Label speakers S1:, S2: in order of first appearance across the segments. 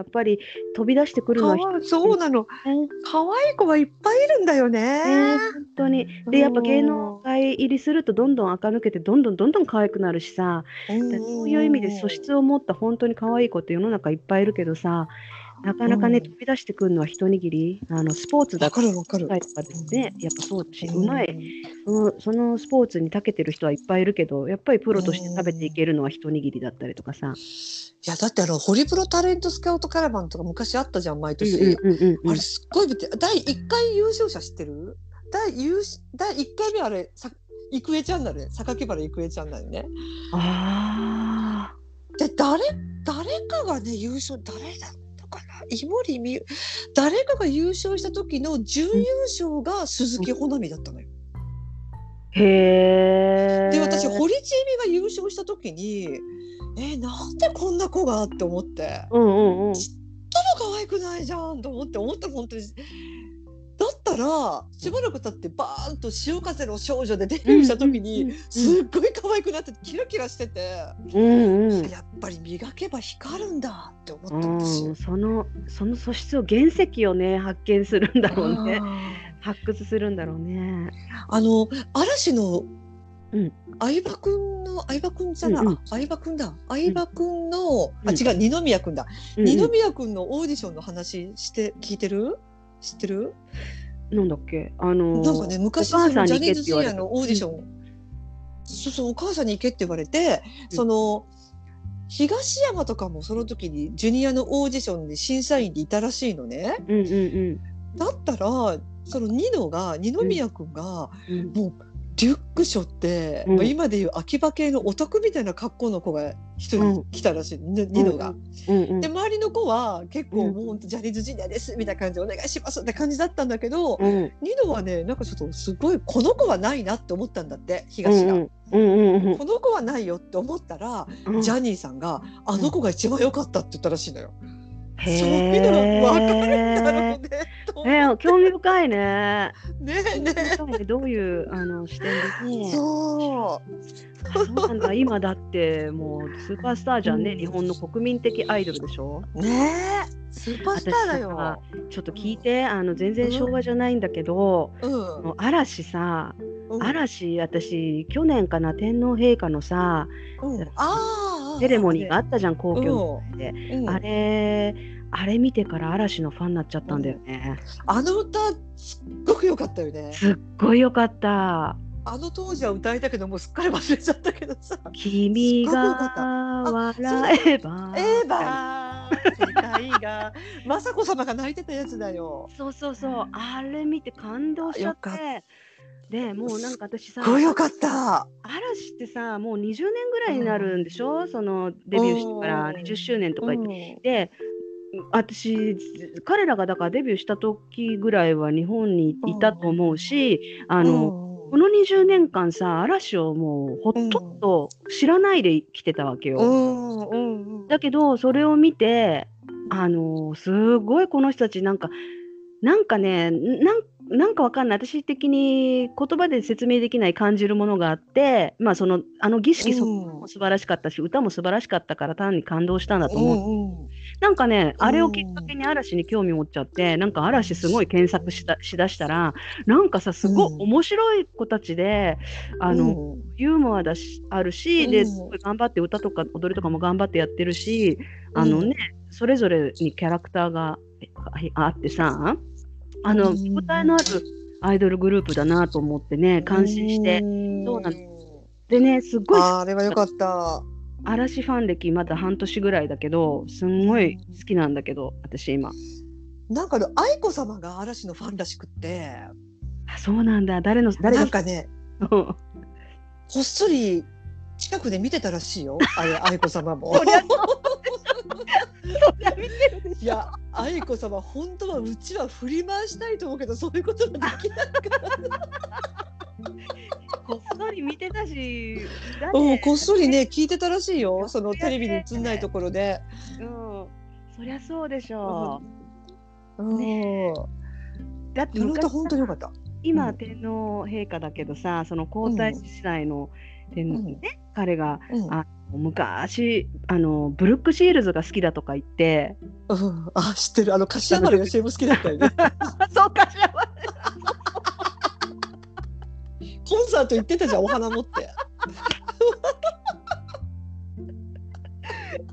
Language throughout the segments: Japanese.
S1: っぱり飛び出してくるのは
S2: かわ
S1: 人
S2: そうなの
S1: ね
S2: 可愛い子がいっぱいいるんだよね
S1: ね、本当に。で、やっぱ芸能界入りするとどんどん垢抜けて、どんどんどんどん可愛くなるしさ、でそういう意味で素質を持った本当に可愛い子って世の中いっぱいいるけどさ、なかなかね、
S2: うん
S1: 飛び出してくるのは一握り、あのスポーツだ
S2: わ
S1: と
S2: かるわかる
S1: かとかですね、やっぱそうだし、うまい、
S2: い
S1: うんそのスポーツに長けてる人はいっぱいいるけど、やっぱりプロとして食べていけるのは一握りだったりとかさ。
S2: やだってあのホリプロタレントスカウトカラバンとか昔あったじゃん毎年、
S1: うんうんうんうん
S2: あれすっごい見て第一回優勝者知ってる第優勝第一回目あれさ郁恵ちゃんだね榊原郁恵ちゃんだよね
S1: あ
S2: で誰誰かがね優勝誰だったかな井森美優誰かが優勝した時の準優勝が鈴木穂波だったのよ。
S1: ーへえ。
S2: で私堀ちえみが優勝した時にえーなんでこんな子がって思って
S1: うんうんうん。
S2: ちっとも可愛くないじゃんと思って思った本当に。だったらしばらく経ってバーンと潮風の少女でデビューした時に、
S1: うんうんうん
S2: すっごい可愛くなってキラキラしてて、
S1: うんうん。
S2: やっぱり磨けば光るんだって思ったんですよ。
S1: うん、そのその素質を原石をね発見するんだろうね
S2: あ
S1: 発掘するんだろうね
S2: ーあの嵐の、
S1: うん
S2: 相葉くんの相葉くんじゃない、
S1: うん
S2: あ
S1: うん
S2: 相葉くんだ相葉くんの、
S1: うん
S2: あ違う二宮くんだ、
S1: うん
S2: 二宮くんのオーディションの話して聞いてる知ってる
S1: なんだっけあのー
S2: なんかね昔
S1: お母
S2: その
S1: さん
S2: ジ
S1: に
S2: ャ
S1: 行け
S2: ニー
S1: って
S2: ズ
S1: 言わ
S2: ジュニ
S1: れ
S2: ア
S1: た
S2: のオーディション、そうそうお母さんに行けって言われて、
S1: うん
S2: その東山とかもその時にジュニアのオーディションで審査員でいたらしいのね。
S1: うんうん
S2: だったらそのニノが二宮君が、
S1: うんうん
S2: もうリュック背負って、
S1: うん
S2: まあ今でいう秋葉系のオタクみたいな格好の子が一人来たらしい、ねニノが。
S1: うんうん
S2: で周りの子は結
S1: う
S2: 構
S1: ん
S2: もうほんとジャニーズジュニアですみたいな感じでお願いしますって感じだったんだけど、
S1: うんうん
S2: ニノはねなんかちょっとすごいこの子はないなって思ったんだって東が、
S1: うんうんうん
S2: この子はないよって思ったら、
S1: うん
S2: ジャニーさんがあの子が一番良かったって言ったらしいのよ。
S1: へ
S2: そういうのは分かるんだろう
S1: え
S2: ねと思
S1: え興味深い ね
S2: うねえ
S1: 興
S2: ね
S1: 味深いねどういうあの視点です
S2: え
S1: ね
S2: そう
S1: あそうなんだ今だってもうスーパースターじゃんね、
S2: うん
S1: 日本の国民的アイドルでしょ
S2: ねえスーパースターだ
S1: 私さ
S2: よ。
S1: ちょっと聞いてあの全然昭和じゃないんだけど、
S2: うん
S1: あの嵐さ、
S2: うん
S1: 嵐、私、去年かな、天皇陛下のさ、
S2: うんあああ
S1: セレモニーがあ
S2: あ
S1: ったじゃん、皇居の前で、
S2: うん
S1: あれ、あれ見てから嵐のファンになっちゃったんだよね。
S2: あの歌すっごく良かったよね。
S1: すっごいよかった。
S2: あの当時は歌いたけどもうすっかり忘れちゃったけどさ。
S1: 君
S2: すっごいよ
S1: が
S2: かったあ
S1: 笑えば。
S2: エヴァ世界が 雅子様が泣いてたやつだよ。
S1: そうそうそう、あれ見て感動しちゃっ。
S2: よかって
S1: でもうなんか私さ
S2: すごいよかった。
S1: 嵐ってさもう20年ぐらいになるんでしょ、そのデビューしてから
S2: うん
S1: 20周年とか言って
S2: うん
S1: で私彼らがだからデビューした時ぐらいは日本にいたと思うし、あの、この20年間さ嵐をもうほとんど知らないで来てたわけよ。
S2: うんうんうん、
S1: だけどそれを見てあのすごいこの人たちなんかなんかねなんなんかわかんない私的に言葉で説明できない感じるものがあってまあそのあの儀式そのものも素晴らしかったし、歌も素晴らしかったから単に感動したんだと思う、
S2: うんうん
S1: なんかね、あれをきっかけに嵐に興味持っちゃって、なんか嵐すごい検索したしだしたら、なんかさ、すごい
S2: うん
S1: 面白い子たちで、あの、
S2: うん
S1: ユーモアだし、あるし、
S2: う
S1: で、
S2: ん
S1: すごい頑張って歌とか踊りとかも頑張ってやってるし、あのね、それぞれにキャラクターがえああってさ、あの、
S2: うん
S1: 見応えのあるアイドルグループだなと思ってね、感心して。
S2: ん
S1: そうなでね、すっごい
S2: あーあれはよかった。
S1: 嵐ファン歴まだ半年ぐらいだけど、すんごい好きなんだけど、私今。
S2: なんかね愛子様が嵐のファンらしくって、
S1: あそうなんだ。誰の誰
S2: な
S1: が
S2: んかね
S1: うん
S2: こっそり近くで見てたらしいよ。あ れ愛子様も。
S1: そりゃそりゃ見てるで
S2: いや愛子様本当はうちは振り回したいと思うけどそういうことができないから。
S1: こっそり見てたし。だって
S2: うん、こっそりね、聞いてたらしいよ。その
S1: そうや
S2: テ
S1: って
S2: レビに映んないところで。
S1: うん。そりゃそうでしょ
S2: うん。
S1: ねう。だって
S2: あの
S1: 昔
S2: 歌本当に良かった。う
S1: 今
S2: ん
S1: 天皇陛下だけどさ、その皇太子時代の天皇、
S2: うん
S1: ね、彼が
S2: うん
S1: あ昔あのブルックシールズが好きだとか言って
S2: うん、あ知ってるあの柏原芳恵も好きだったよ ね
S1: あ そうかしら
S2: コンサート行ってたじゃんお花持って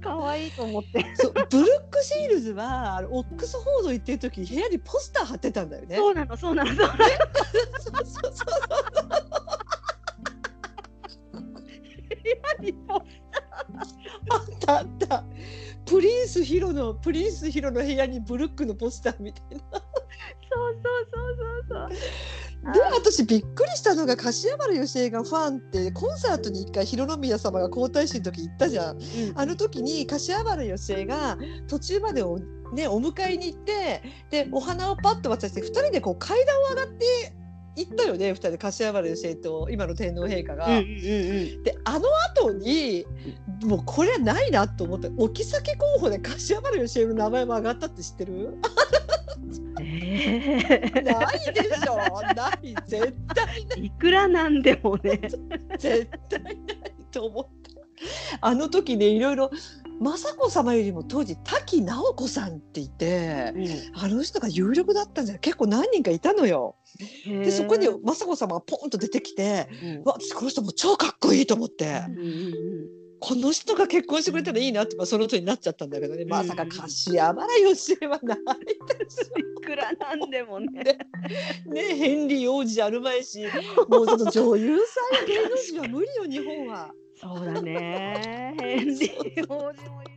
S1: 可愛いと思って
S2: そうブルックシールズはあのオックスフォード行ってる時に部屋にポスター貼ってたんだよね
S1: そうなのそうなのそうなの
S2: そうそうそうあったあったプリンスヒロのプリンスヒロの部屋にブルックのポスターみたい
S1: そ
S2: な
S1: うそうそうそうそう
S2: で私びっくりしたのが柏原芳恵がファンってコンサートに一回広宮様が皇太子の時行ったじゃんあの時に柏原芳恵が途中までお,、ね、お迎えに行ってでお花をパッと渡して2人でこう階段を上がって行ったよね2人で柏原芳恵と今の天皇陛下が。
S1: うんうんうん
S2: であの後にもうこれはないなと思って置き先候補で柏原芳恵の名前も上がったって知ってる
S1: うんえ
S2: ないでしょ ない絶対
S1: ー、いくらなんでもね
S2: 絶対ないと思ってあの時ねいろいろ雅子様よりも当時滝直子さんっていてあの人が有力だったんじゃない結構何人かいたのよ。でそこに雅子様がポンと出てきて
S1: うん
S2: うわ私この人もう超かっこいいと思って。
S1: うんうん
S2: この人が結婚してくれたらいいなって、まあ、その人になっちゃったんだけどね、
S1: ん
S2: まさか柏原芳恵はないです
S1: いくらなんでもね
S2: よねヘンリー王子あるま いしもうちょっと女優さんや芸能人は無理よ日本は。
S1: そうだね。ヘンリー王子もいる